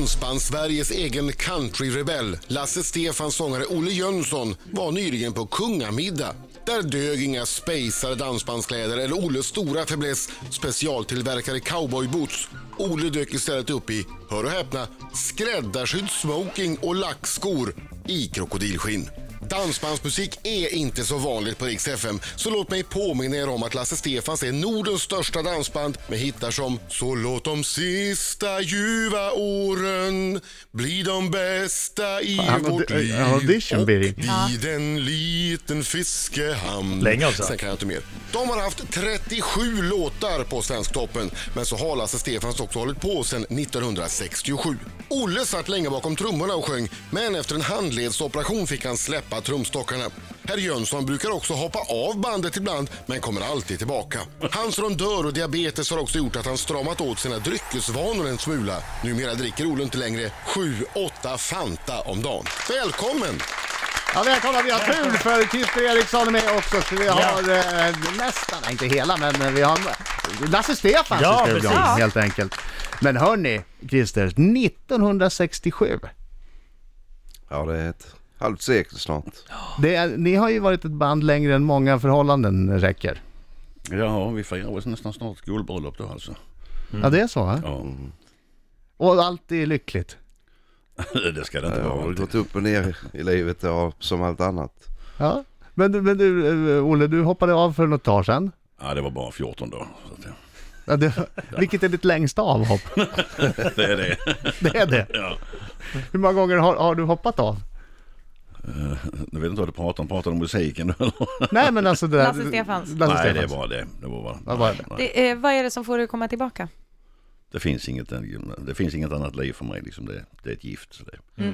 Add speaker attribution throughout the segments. Speaker 1: Dansband-Sveriges egen countryrebell, Lasse Stefans sångare Olle Jönsson, var nyligen på kungamiddag. Där dög inga spejsade dansbandskläder eller Olles stora fäbless specialtillverkade cowboyboots. Olle dök istället upp i, hör och häpna, skräddarsydd smoking och lackskor i krokodilskinn. Dansbandsmusik är inte så vanligt på Rix FM, så låt mig påminna er om att Lasse Stefans är Nordens största dansband med hittar som Så låt de sista ljuva åren bli de bästa i
Speaker 2: Han har
Speaker 1: vårt
Speaker 2: audi-
Speaker 1: liv
Speaker 2: han har audition,
Speaker 1: och
Speaker 2: Birgit.
Speaker 1: vid en liten fiskehamn.
Speaker 3: Länge också.
Speaker 1: Sen kan jag inte mer. De har haft 37 låtar på Svensktoppen, men så har Lasse Stefans också hållit på sedan 1967. Olle satt länge bakom trummorna och sjöng, men efter en handledsoperation fick han släppa trumstockarna. Herr Jönsson brukar också hoppa av bandet ibland, men kommer alltid tillbaka. Hans rondör och diabetes har också gjort att han stramat åt sina dryckesvanor en smula. Numera dricker Olle inte längre 7-8 Fanta om dagen. Välkommen!
Speaker 2: Ja, välkomna. Vi har tur för Christer Eriksson är med också. Så vi har
Speaker 3: Ja.
Speaker 2: eh, nästan, nej, inte hela, men eh, vi har Lasse Stefans
Speaker 3: Ja,
Speaker 2: i studion
Speaker 3: precis.
Speaker 2: helt enkelt. Men hörni, Christer, 1967.
Speaker 4: Ja, det är ett halvt sekel snart.
Speaker 2: Det är, ni har ju varit ett band längre än många förhållanden räcker.
Speaker 5: Ja, vi firar väl nästan snart skolbröllop då alltså.
Speaker 3: Mm.
Speaker 2: Ja, det är så. va?
Speaker 5: Ja,
Speaker 2: Och allt är lyckligt.
Speaker 5: det ska det inte
Speaker 4: Jag
Speaker 5: vara.
Speaker 4: har
Speaker 5: alltid.
Speaker 4: gått upp och ner i livet ja, som allt annat.
Speaker 2: Ja. Men, du- men du, eh, Olle, du hoppade av för något år sedan.
Speaker 5: Ja, det var bara 14 då. Så att det-
Speaker 2: Ja, det, vilket är ditt längsta avhopp?
Speaker 5: det är det.
Speaker 2: Det är det.
Speaker 5: Ja.
Speaker 2: Hur många gånger har, har du hoppat av?
Speaker 5: Nu vet inte vad du pratar om. Pratar du om musiken? eller?
Speaker 2: Nej, men alltså det där...
Speaker 6: Lasse Stefans.
Speaker 2: Lasse
Speaker 5: Nej, det är
Speaker 2: Stefans.
Speaker 5: bara det. Det, var bara,
Speaker 2: Vad var det?
Speaker 5: Nej,
Speaker 6: Det, eh, vad är det som får dig att komma tillbaka?
Speaker 5: det, finns inget, det finns inget annat liv för mig. Liksom det, det är ett gift. Så det.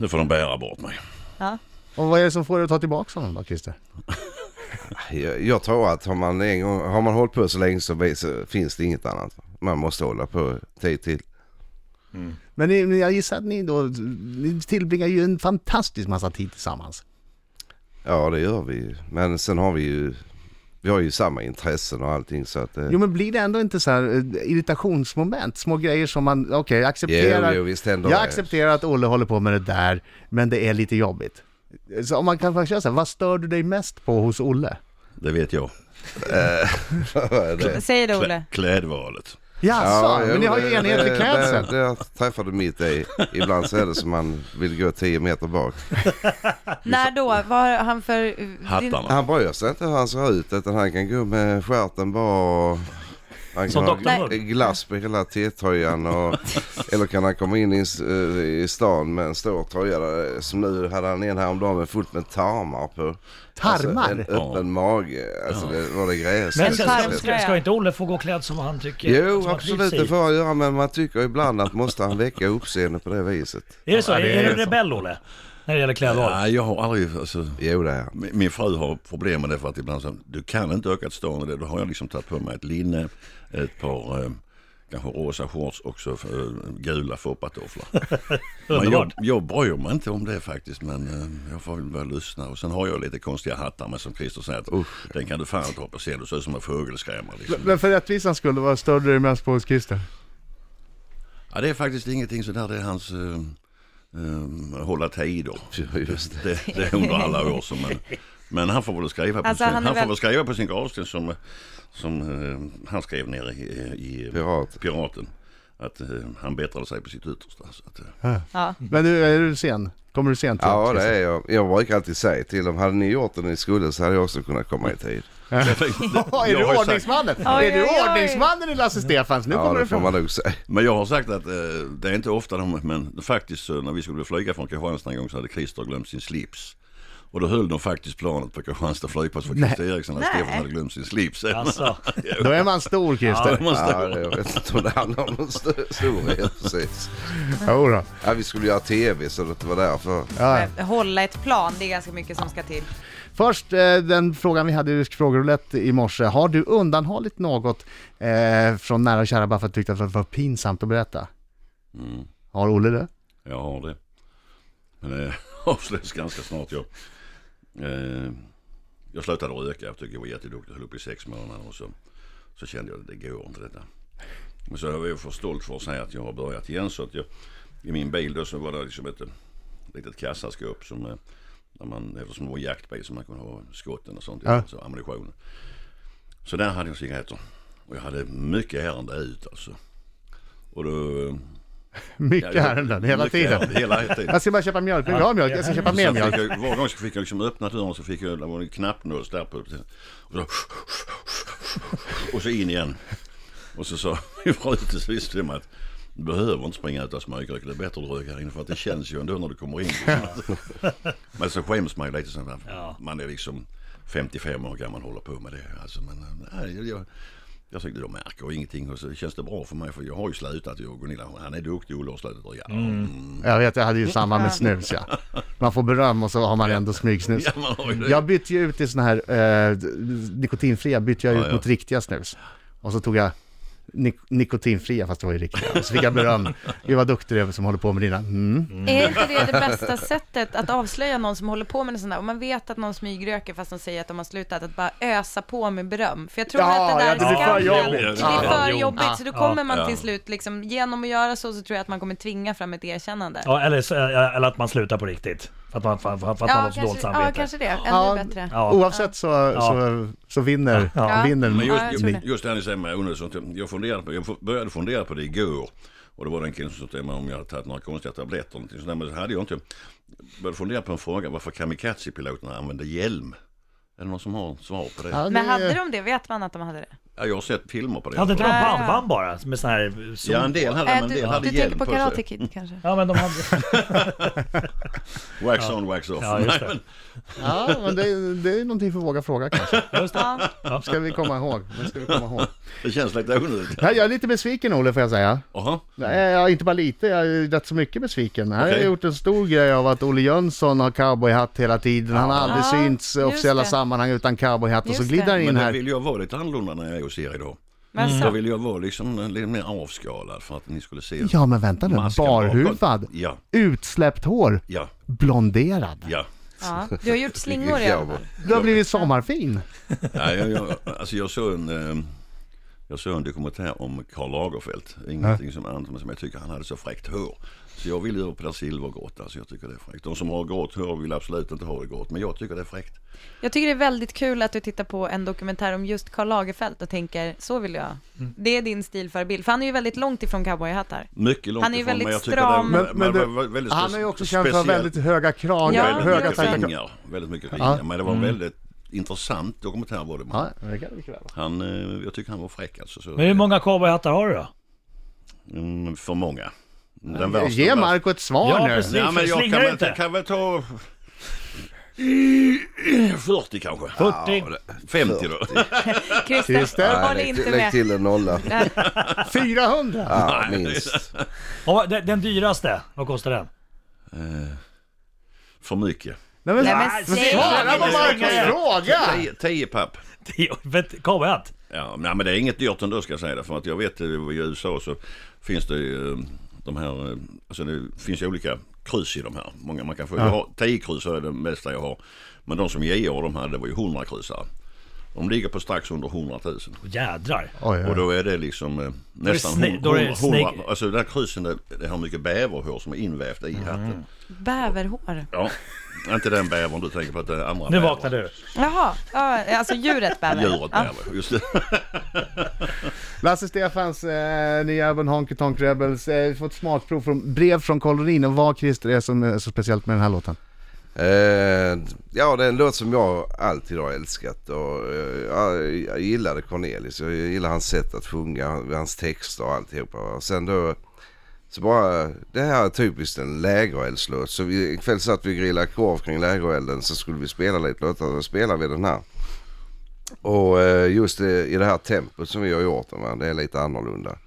Speaker 5: Nu får de bära bort mig.
Speaker 6: Ja.
Speaker 2: Och vad är det som får dig att ta tillbaka honom då, Christer?
Speaker 4: Jag, jag tror att har man, en gång, har man hållit på så länge så, vi- så finns det inget annat. Man måste hålla på tid till.
Speaker 2: Men ni, ni- jag gissar att ni då, ni tillbringar ju en fantastisk massa tid tillsammans.
Speaker 4: Ja, det gör vi ju. Men sen har vi ju, vi har ju samma intressen och allting så att... eh,
Speaker 2: Jo men blir det ändå inte så här eh, irritationsmoment? Små grejer som man, okej jag accepterar.
Speaker 4: Jo, jo, visst händer
Speaker 2: jag
Speaker 4: det.
Speaker 2: accepterar att Olle håller på med det där, men det är lite jobbigt. Så om man kan faktiskt säga så här, vad stör du dig mest på hos Olle?
Speaker 5: Det vet jag.
Speaker 4: det-
Speaker 6: Säg det Olle.
Speaker 5: Klä, klädvalet.
Speaker 2: Jaså,
Speaker 4: Ja,
Speaker 2: alltså,
Speaker 4: Alltså,
Speaker 2: men
Speaker 4: jo,
Speaker 2: ni har
Speaker 4: det-
Speaker 2: ju enhet i
Speaker 4: det-
Speaker 2: klädseln.
Speaker 4: Det, det träffade mitt i. Ibland så är det som man vill gå tio meter bak.
Speaker 6: När då? Vad har han för... eh,
Speaker 5: Hattarna.
Speaker 4: Han bryr sig inte hur han ser ut utan han kan gå med stjärten bara och han
Speaker 3: Som
Speaker 4: kan ha
Speaker 3: Dr.
Speaker 6: Nej.
Speaker 3: Mugg.
Speaker 4: glass på hela T-tröjan och eller kan han komma in i, s- eh, i stan med en stor tröja där, som nu hade han en häromdagen med fullt med tarmar på.
Speaker 2: Tarmar?
Speaker 4: Alltså, en öppen mage. Alltså det var det gräs.
Speaker 3: Men
Speaker 6: En
Speaker 3: ska,
Speaker 6: tarmtröja.
Speaker 3: ska, ska inte Olle få gå klädd som han tycker? som
Speaker 4: Jo,
Speaker 3: han
Speaker 4: absolut
Speaker 3: trivs i?
Speaker 4: det får han göra men man tycker ibland att måste han väcka uppseende på det viset.
Speaker 3: Är det så?
Speaker 2: Ja, det är
Speaker 3: är, du
Speaker 2: så.
Speaker 3: rebell Olle? När det gäller klädval?
Speaker 5: Nej, jag har aldrig... Alltså,
Speaker 4: Jo det är han.
Speaker 5: Min min fru har problem med det för att ibland så, du kan inte öka ett stånd i det. Då har jag liksom tagit på mig ett linne, ett par eh, kanske rosa shorts och så eh, gula foppatofflor. men jag,
Speaker 3: Underbart.
Speaker 5: jag bryr mig inte om det faktiskt men eh, jag får väl börja lyssna. Och sen har jag lite konstiga hattar med som Christer säger att den kan du fan inte hoppa och se. Du ser ut som en fågelskrämare. Liksom.
Speaker 2: Men för rättvisans skull, vad stör du dig mest på hos Christer?
Speaker 5: Ja, det är faktiskt ingenting sådär. Det är hans eh, eh, hålla tider.
Speaker 4: Just det.
Speaker 5: Det, det är under alla år som men, men han får väl skriva på,
Speaker 6: Alltså,
Speaker 5: sin,
Speaker 6: han
Speaker 5: han
Speaker 6: är
Speaker 5: får
Speaker 6: väl-
Speaker 5: väl skriva på sin gravsten som, som eh, han skrev nere i, i
Speaker 4: Pirat.
Speaker 5: Piraten. Att eh, han bättrade sig på sitt yttersta. Så att, eh,
Speaker 6: Ja.
Speaker 2: Mm. Men du, är du sen? Kommer du sent?
Speaker 4: Ja det är jag. Jag brukar alltid säga till dem, hade ni gjort det ni skulle så hade jag också kunnat komma i tid.
Speaker 2: Ja, är
Speaker 5: Jag har
Speaker 2: du
Speaker 5: ju
Speaker 2: ordningsmannen?
Speaker 6: Oj,
Speaker 2: Är du
Speaker 6: oj, oj.
Speaker 2: ordningsmannen i Lasse Stefans? Nu
Speaker 4: Ja
Speaker 2: kommer
Speaker 4: det
Speaker 2: du
Speaker 4: får
Speaker 2: få...
Speaker 4: man nog säga.
Speaker 5: Men jag har sagt att eh, det är inte ofta de, men faktiskt eh, när vi skulle flyga från Kristianstad en gång så hade Christer glömt sin slips. Och då höll de faktiskt planet på Kristianstad flygplats för Christer Eriksson att Stefan hade glömt sin slips.
Speaker 3: Alltså.
Speaker 2: Då är man stor
Speaker 5: Ja,
Speaker 2: Christer.
Speaker 5: det måste
Speaker 4: Ja,
Speaker 5: vara.
Speaker 4: det, jag vet inte om det handlar om någon stö- storhet precis.
Speaker 2: Jo då.
Speaker 4: Ja, vi skulle göra tv så det var därför.
Speaker 2: Ja.
Speaker 6: Eh, Hålla ett plan, det är ganska mycket som ska till.
Speaker 2: Först eh, den frågan vi hade i frågeroulette i morse. Har du undanhållit något eh, från nära och kära bara för att du tyckte att det var pinsamt att berätta?
Speaker 5: Mm,
Speaker 2: Har Olle det?
Speaker 5: jag har det. Men det avslöjas ganska snart. Jag, eh, jag slutade röka. Jag tyckte jag var jätteduktig. Höll upp i sex månader och så, så kände jag att det går inte detta. Men så jag var ju för stolt för att säga att jag har börjat igen. Så att jag, I min bil då så var det liksom ett eh, litet kassaskåp som, eh, där man, eftersom det var en jaktbil så man kunde ha skotten och sånt,
Speaker 2: Ja.
Speaker 5: alltså ammunitionen. Så där hade jag cigaretter. Och jag hade mycket ärende ut alltså. Och då... eh,
Speaker 2: Mycket
Speaker 5: jag-
Speaker 2: ärenden hela
Speaker 5: mycket
Speaker 2: tiden.
Speaker 5: ärenden, hela tiden.
Speaker 2: Jag ska bara köpa mjölk, jag har mjölk, jag ska köpa
Speaker 5: Och
Speaker 2: mer
Speaker 5: sen
Speaker 2: mjölk.
Speaker 5: fick jag, varje gång så fick jag liksom öppna dörren så fick jag, det var en knappnåls där på. Och så, och så in igen. Och så sa min fru till sist till mig att du behöver inte springa ut och smygröka, det är bättre att röka här inne för att det känns ju ändå när du kommer in. Men så skäms man ju lite sånt där.
Speaker 3: Ja.
Speaker 5: Man är liksom 55 år gammal och håller på med det. Alltså, men, nej, jag, jag, jag tyckte de märker ingenting och så känns det bra för mig för jag har ju slutat. Jag och Gunilla, han är duktig Olle har slutat röka. Mm.
Speaker 2: Jag vet, jag hade ju samma med snus ja. Man får beröm och så har man ändå smygsnus.
Speaker 5: Ja, man har ju det.
Speaker 2: Jag bytte ju ut i sån här eh, nikotinfria, bytte jag ut
Speaker 5: Ja, ja.
Speaker 2: mot riktiga snus. Och så tog jag nik- nikotinfria, fast det var ju riktiga. Och så fick jag beröm. Gud vad duktig du är som håller på med dina. Mm.
Speaker 6: Är inte det det bästa sättet att avslöja någon som håller på med en sån där? Om man vet att någon smygröker fast de säger att de har slutat, att bara ösa på med beröm. För jag tror
Speaker 2: Ja,
Speaker 6: att det
Speaker 2: ja,
Speaker 6: där
Speaker 2: det blir för
Speaker 6: skammen-
Speaker 2: jobbigt.
Speaker 6: Det
Speaker 3: Ja.
Speaker 6: blir för
Speaker 3: Ja.
Speaker 6: jobbigt, så då
Speaker 3: Ja.
Speaker 6: kommer man
Speaker 5: Ja.
Speaker 6: till slut liksom, genom att göra så, så tror jag att man kommer tvinga fram ett erkännande.
Speaker 3: Ja, eller, så- eh, eller att man slutar på riktigt. För att man, för, för att man har så dåligt
Speaker 6: kanske, ja,
Speaker 3: samvete.
Speaker 6: kanske det. Ännu
Speaker 2: Ja.
Speaker 6: bättre.
Speaker 3: Ja.
Speaker 2: Oavsett så, så, så vinner,
Speaker 3: Ja.
Speaker 2: vinner
Speaker 5: Men
Speaker 6: Ja, jag
Speaker 5: just,
Speaker 6: tror
Speaker 5: just, just det här ni säger med onödigt sånt. Jag, funderade på, jag fu- började fundera på det igår. Och det var den killen som sa till mig om jag hade tagit några konstiga tabletter. eller någonting sånt där, Men det hade jag inte. Jag började fundera på en fråga. Varför kamikazepiloterna använder hjälm? Är det någon som har svar på det?
Speaker 2: Ja,
Speaker 6: Men
Speaker 2: det-
Speaker 6: hade de det? Vet man att de hade det?
Speaker 5: Ja, jag har sett filmer på det.
Speaker 3: Hade inte de
Speaker 6: Ja.
Speaker 3: bambam bara? Med sån här... sol-
Speaker 5: Ja, en del hade,
Speaker 6: Äh,
Speaker 5: men en
Speaker 6: du
Speaker 5: del hade
Speaker 6: du
Speaker 5: hjälm
Speaker 6: tänker
Speaker 5: på,
Speaker 6: på Karate
Speaker 5: sig.
Speaker 6: Kid kanske?
Speaker 3: Ja, men de hade...
Speaker 5: Wax on, wax off.
Speaker 3: Ja, just det.
Speaker 5: Nej,
Speaker 2: Ja, men det, det är någonting för våga fråga kanske.
Speaker 3: Just det.
Speaker 6: Ja.
Speaker 2: Ska vi komma ihåg. Det ska vi komma ihåg.
Speaker 5: men det känns lite onödigt.
Speaker 2: Nej, jag är lite besviken Olle får jag säga.
Speaker 5: Jaha.
Speaker 2: Nej, jag är inte bara lite, jag är rätt så mycket besviken. Här har
Speaker 5: Okej.
Speaker 2: jag gjort en stor grej av att Olle Jönsson har cowboyhatt hela tiden. Han har aldrig
Speaker 6: Ja,
Speaker 2: synts i
Speaker 6: just
Speaker 2: officiella
Speaker 6: det.
Speaker 2: sammanhang utan cowboyhatt och så
Speaker 6: Just
Speaker 2: glider
Speaker 6: det.
Speaker 2: han in
Speaker 5: Men då
Speaker 2: här.
Speaker 5: vill jag vara lite annorlunda när jag är hos er idag.
Speaker 6: Men
Speaker 5: Då
Speaker 6: så,
Speaker 5: vill jag vara liksom eh, lite mer avskalad för att ni skulle se.
Speaker 2: Ja men vänta nu,
Speaker 5: masken
Speaker 2: barhuvad,
Speaker 5: bakom. Ja,
Speaker 2: utsläppt hår,
Speaker 5: ja,
Speaker 2: blonderad.
Speaker 5: ja.
Speaker 6: ja. Du har gjort slingor i alla fall.
Speaker 2: Du har blivit sommarfin.
Speaker 5: Nej, jag, jag, alltså jag såg en... eh, Jag såg en dokumentär om Karl Lagerfeld. Ingenting som annat men som jag tycker han hade så fräckt hår. Så jag vill över på det silvergrått. Alltså jag tycker det är fräckt. De som har grått hår vill absolut inte ha det grått. Men jag tycker det är fräckt.
Speaker 6: Jag tycker det är väldigt kul att du tittar på en dokumentär om just Karl Lagerfeld och tänker, så vill jag.
Speaker 5: Mm.
Speaker 6: Det är din stilförebild. För han är ju väldigt långt ifrån cowboyhattar.
Speaker 5: Mycket långt
Speaker 6: Han är ju
Speaker 5: ifrån, men
Speaker 6: väldigt
Speaker 5: jag tycker
Speaker 6: stram.
Speaker 5: Det
Speaker 2: Men,
Speaker 5: är,
Speaker 2: men
Speaker 5: det
Speaker 2: du,
Speaker 5: var väldigt
Speaker 2: han
Speaker 5: spe-
Speaker 2: är ju också känd för
Speaker 5: speciell-
Speaker 2: väldigt höga kragar,
Speaker 6: Ja,
Speaker 2: höga
Speaker 5: väldigt
Speaker 6: exakt.
Speaker 2: tajta
Speaker 5: mycket
Speaker 2: kragar.
Speaker 5: ringar. Väldigt mycket
Speaker 2: Ja. Mm.
Speaker 5: ringar. Men det var en väldigt intressant dokumentär var det.
Speaker 2: Ja, det kan det mycket väl vara.
Speaker 5: Han, eh, jag tycker han var fräck alltså. Så,
Speaker 3: Men hur många cowboyhattar har du då?
Speaker 5: Mm, för många. Den värsta,
Speaker 2: Ge
Speaker 5: värsta-
Speaker 2: Marco ett svar
Speaker 3: Ja,
Speaker 2: nu.
Speaker 3: precis.
Speaker 5: Ja, men jag
Speaker 3: Slingra
Speaker 5: kan, väl,
Speaker 3: inte.
Speaker 5: kan väl ta... 40 kanske.
Speaker 3: 40?
Speaker 5: 50 då.
Speaker 2: Just det.
Speaker 6: Christer, Äh, håll
Speaker 4: lägg,
Speaker 6: inte
Speaker 4: till-
Speaker 6: med.
Speaker 4: lägg till en nolla.
Speaker 2: 400!
Speaker 4: Ja, minst.
Speaker 3: Ja, den, den dyraste, vad kostar den?
Speaker 5: Eh, För mycket.
Speaker 2: Nej, men,
Speaker 6: Nej, men
Speaker 2: men
Speaker 6: säg-
Speaker 2: svara på
Speaker 3: Nej,
Speaker 2: Marcos
Speaker 3: men-
Speaker 2: fråga!
Speaker 5: 10, 10 papp.
Speaker 3: Tio- vet- Cowboyhatt?
Speaker 5: Ja, nej, men det är inget dyrt ändå ska jag säga det. För att jag vet eh, i USA så finns det ju, eh, de här, eh, alltså det finns ju olika krus i de här. Många man kan få. Jag har 10 krus är det mesta jag har. Men de som JR de här, det var ju 100 krusare. De ligger på strax under 100 000.
Speaker 3: Åh, Jädrar.
Speaker 2: Oj, oj,
Speaker 5: Och då är det liksom eh, nästan
Speaker 3: sne- då är det
Speaker 5: 100,
Speaker 3: snygg-
Speaker 5: Alltså den här krusen, det, det har mycket bäverhår som är invävt i hatten.
Speaker 3: Mm.
Speaker 6: Bäverhår.
Speaker 5: Ja, inte den bävern du tänker på, att det är andra
Speaker 3: Nu
Speaker 5: bävern.
Speaker 3: vaknar du.
Speaker 6: Jaha, ja, alltså djuret bäver.
Speaker 5: Djuret
Speaker 6: Ja.
Speaker 5: bäver, just det.
Speaker 2: Lasse Stefans eh, nya album Honky Tonk Rebels. Eh, vi får ett smakprov från brev från kolonin och vad Christer är som är så speciellt med den här låten.
Speaker 4: Eh, ja, det är en låt som jag alltid har älskat och eh, ja, jag gillade Cornelis. Jag gillar hans sätt att sjunga, hans texter och alltihopa. Och sen då så bara, det här är typiskt en lägereldslåt. Så vi, ikväll satt vi och grillade korv kring lägerelden så skulle vi spela lite låtar och då spelade vi den här. Och eh, just det, i det här tempot som vi har gjort den, va, det är lite annorlunda.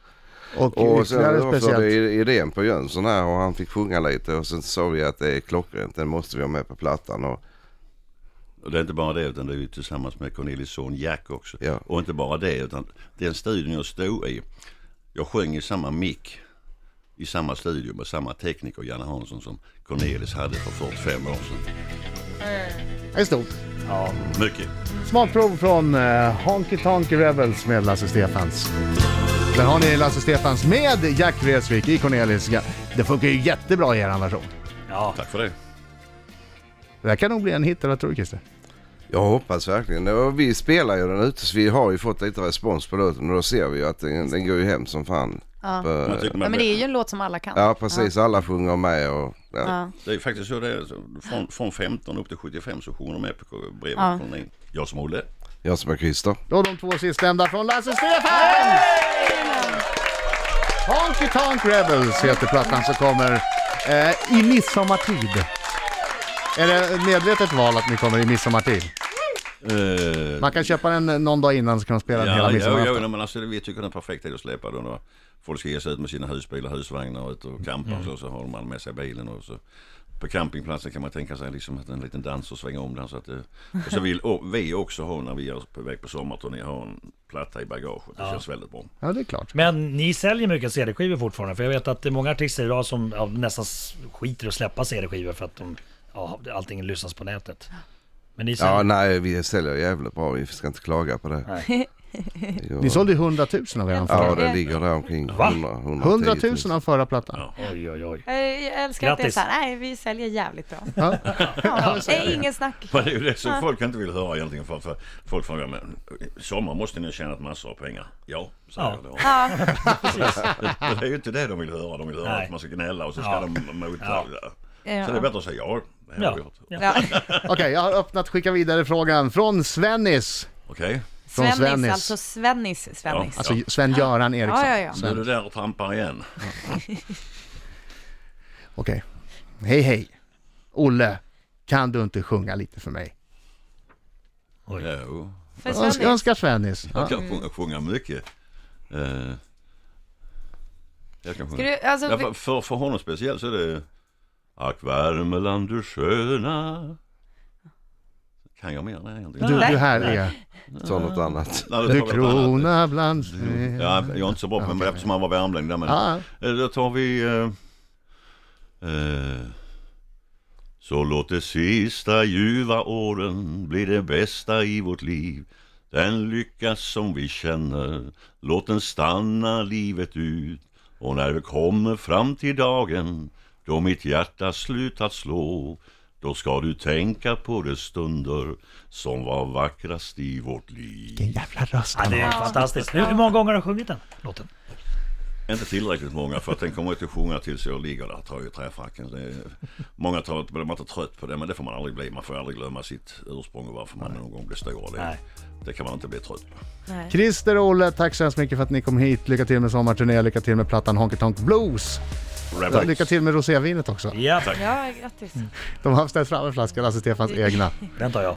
Speaker 2: Och,
Speaker 4: Och sen
Speaker 2: ytterligare
Speaker 4: då var det
Speaker 2: speciellt.
Speaker 4: i- idén på Jönsson här och han fick sjunga lite och sen sa vi att det är klockrent, den måste vi ha med på plattan. Och,
Speaker 5: Och det är inte bara det, utan det är ju tillsammans med Cornelis son Jack också.
Speaker 4: Ja.
Speaker 5: Och inte bara det, utan den studion jag stod i, jag sjöng i samma mick i samma studio med samma tekniker, Janne Hansson, som Cornelis hade för 45 år sedan.
Speaker 2: Det är stort.
Speaker 5: Mycket.
Speaker 2: Smakprov från eh, Honky Tonk Rebels med Lasse Stefans. Där har ni Lasse Stefans med Jack Vreeswijk i Cornelis. Det funkar ju jättebra i eran version.
Speaker 3: Ja.
Speaker 5: Tack för det.
Speaker 2: Det här kan nog bli en hit, eller vad tror du Christer?
Speaker 4: Jag hoppas verkligen. Och vi spelar ju den ute så vi har ju fått lite respons på låten och då ser vi ju att den, den går ju hem som fan.
Speaker 6: Ja.
Speaker 4: På-
Speaker 5: Jag tycker
Speaker 6: Ja,
Speaker 5: man,
Speaker 6: men det är ju en låt som alla kan.
Speaker 4: Ja precis, alla sjunger med och... Ja.
Speaker 6: Ja.
Speaker 5: det är faktiskt så det är. Så Från, från 15 upp till 75 så sjunger de med på brevet.
Speaker 6: Ja.
Speaker 5: från en- Jag som Olle.
Speaker 4: Jag som är Christer.
Speaker 2: Då de två sistnämnda från Lasse Stefan! Honky Tonk Rebels heter plattan som kommer eh, i midsommartid. Är det medvetet val att ni kommer i midsommartid?
Speaker 5: Eh,
Speaker 2: Man kan köpa den eh, någon dag innan så kan man spela den hela
Speaker 5: ja, ja,
Speaker 2: midsommarafton.
Speaker 5: ja, men alltså, det- vi tycker det är en perfekt tid att släppa den. då. Folk ska ge sig ut med sina husbilar, husvagnar ut och campa och så, så har man med sig bilen. Och så. På campingplatsen kan man tänka sig liksom att en liten dans och svänga om den. Så att det, och så vill och vi också ha när vi är på väg på sommarturné ha en platta i bagaget. Det känns väldigt bra.
Speaker 2: Ja, det är klart.
Speaker 3: Men ni säljer mycket CD-skivor fortfarande? För jag vet att det är många artister idag som ja, nästan s- skiter i att släppa CD-skivor för att de, ja, allting lyssnas på nätet. Men ni säljer...
Speaker 4: Ja nej vi säljer jävligt bra, vi ska inte klaga på det. Jo.
Speaker 2: Ni sålde ju 100 000 av eran
Speaker 4: Ja
Speaker 2: förra.
Speaker 4: det ligger där omkring
Speaker 3: Va?
Speaker 4: 100, 110
Speaker 2: 100 000 av förra plattan.
Speaker 3: Oj, oj, oj.
Speaker 6: Eh, Jag älskar att det är
Speaker 3: Grattis.
Speaker 6: så här, nej vi säljer jävligt bra.
Speaker 2: Ja.
Speaker 6: Ja, det är ingen snack.
Speaker 5: Men det är ju det som folk inte vill höra egentligen. För, för, folk frågar men sommar måste ni ha tjänat massor av pengar. Ja, säger
Speaker 3: Ja.
Speaker 5: jag då.
Speaker 6: Ja,
Speaker 5: Det är ju inte det de vill höra. De vill höra
Speaker 3: Nej.
Speaker 5: att man ska gnälla och så ska
Speaker 3: Ja.
Speaker 5: de motta. Så det är
Speaker 6: ja.
Speaker 5: bättre att säga ja. Det här har
Speaker 3: Ja.
Speaker 5: vi gjort.
Speaker 3: Ja.
Speaker 6: ja.
Speaker 2: Okej, jag har öppnat skicka vidare frågan från Svennis.
Speaker 5: Okej.
Speaker 2: Från
Speaker 6: Svennis,
Speaker 2: Svennis.
Speaker 6: alltså Svennis, Svennis.
Speaker 2: Alltså
Speaker 5: Ja.
Speaker 2: Sven-Göran Eriksson.
Speaker 6: Ja, ja, ja.
Speaker 5: Nu är
Speaker 2: Sven.
Speaker 5: du där och trampar igen.
Speaker 2: Okej. Hej, hej. Olle, kan du inte sjunga lite för mig?
Speaker 5: Jo.
Speaker 6: För
Speaker 2: Öns-
Speaker 6: Svennis.
Speaker 2: önskar Svennis.
Speaker 5: Jag
Speaker 2: Ja.
Speaker 5: kan sjunga, sjunga mycket. Eh, jag kan sjunga.
Speaker 6: Ska du, alltså,
Speaker 5: ja,
Speaker 6: vi-
Speaker 5: för, för, för honom speciellt så är det Ack Värmeland du sköna. Kan jag mer än det egentligen?
Speaker 2: Du,
Speaker 6: Nej.
Speaker 2: du här är
Speaker 4: Ta något annat.
Speaker 5: Nej, det
Speaker 2: Du
Speaker 5: tar vi något annat.
Speaker 2: krona bland...
Speaker 5: Ja, jag är inte så bra på det, men eftersom han var värmlänning där med.
Speaker 2: Ja,
Speaker 5: Eh, Då tar vi... Eh, eh, så låt de sista ljuva åren bli det bästa i vårt liv. Den lycka som vi känner, låt den stanna livet ut. Och när vi kommer fram till dagen då mitt hjärta slutat slå då ska du tänka på de stunder som var vackrast i vårt liv.
Speaker 2: vilken jävla röst
Speaker 3: Ja,
Speaker 2: han
Speaker 3: det är
Speaker 2: har.
Speaker 3: fantastiskt. Hur, hur många gånger har du sjungit den låten?
Speaker 5: Inte tillräckligt många för att den kommer inte att sjunga tills jag ligger där tror jag i träfacken. Det är, många tror att man är trött på det men det får man aldrig bli. Man får aldrig glömma sitt ursprung och varför man någon gång blir stor. Det,
Speaker 3: Nej.
Speaker 5: det kan man inte bli trött på.
Speaker 6: nej.
Speaker 2: Christer och Olle, tack så hemskt mycket för att ni kom hit. Lycka till med sommarturné, lycka till med plattan Honky Tonk Blues. Lycka till med rosévinet också.
Speaker 3: Ja,
Speaker 6: Ja, grattis.
Speaker 2: De har ställt fram en flaska, Lasse Stefans egna.
Speaker 3: den tar jag.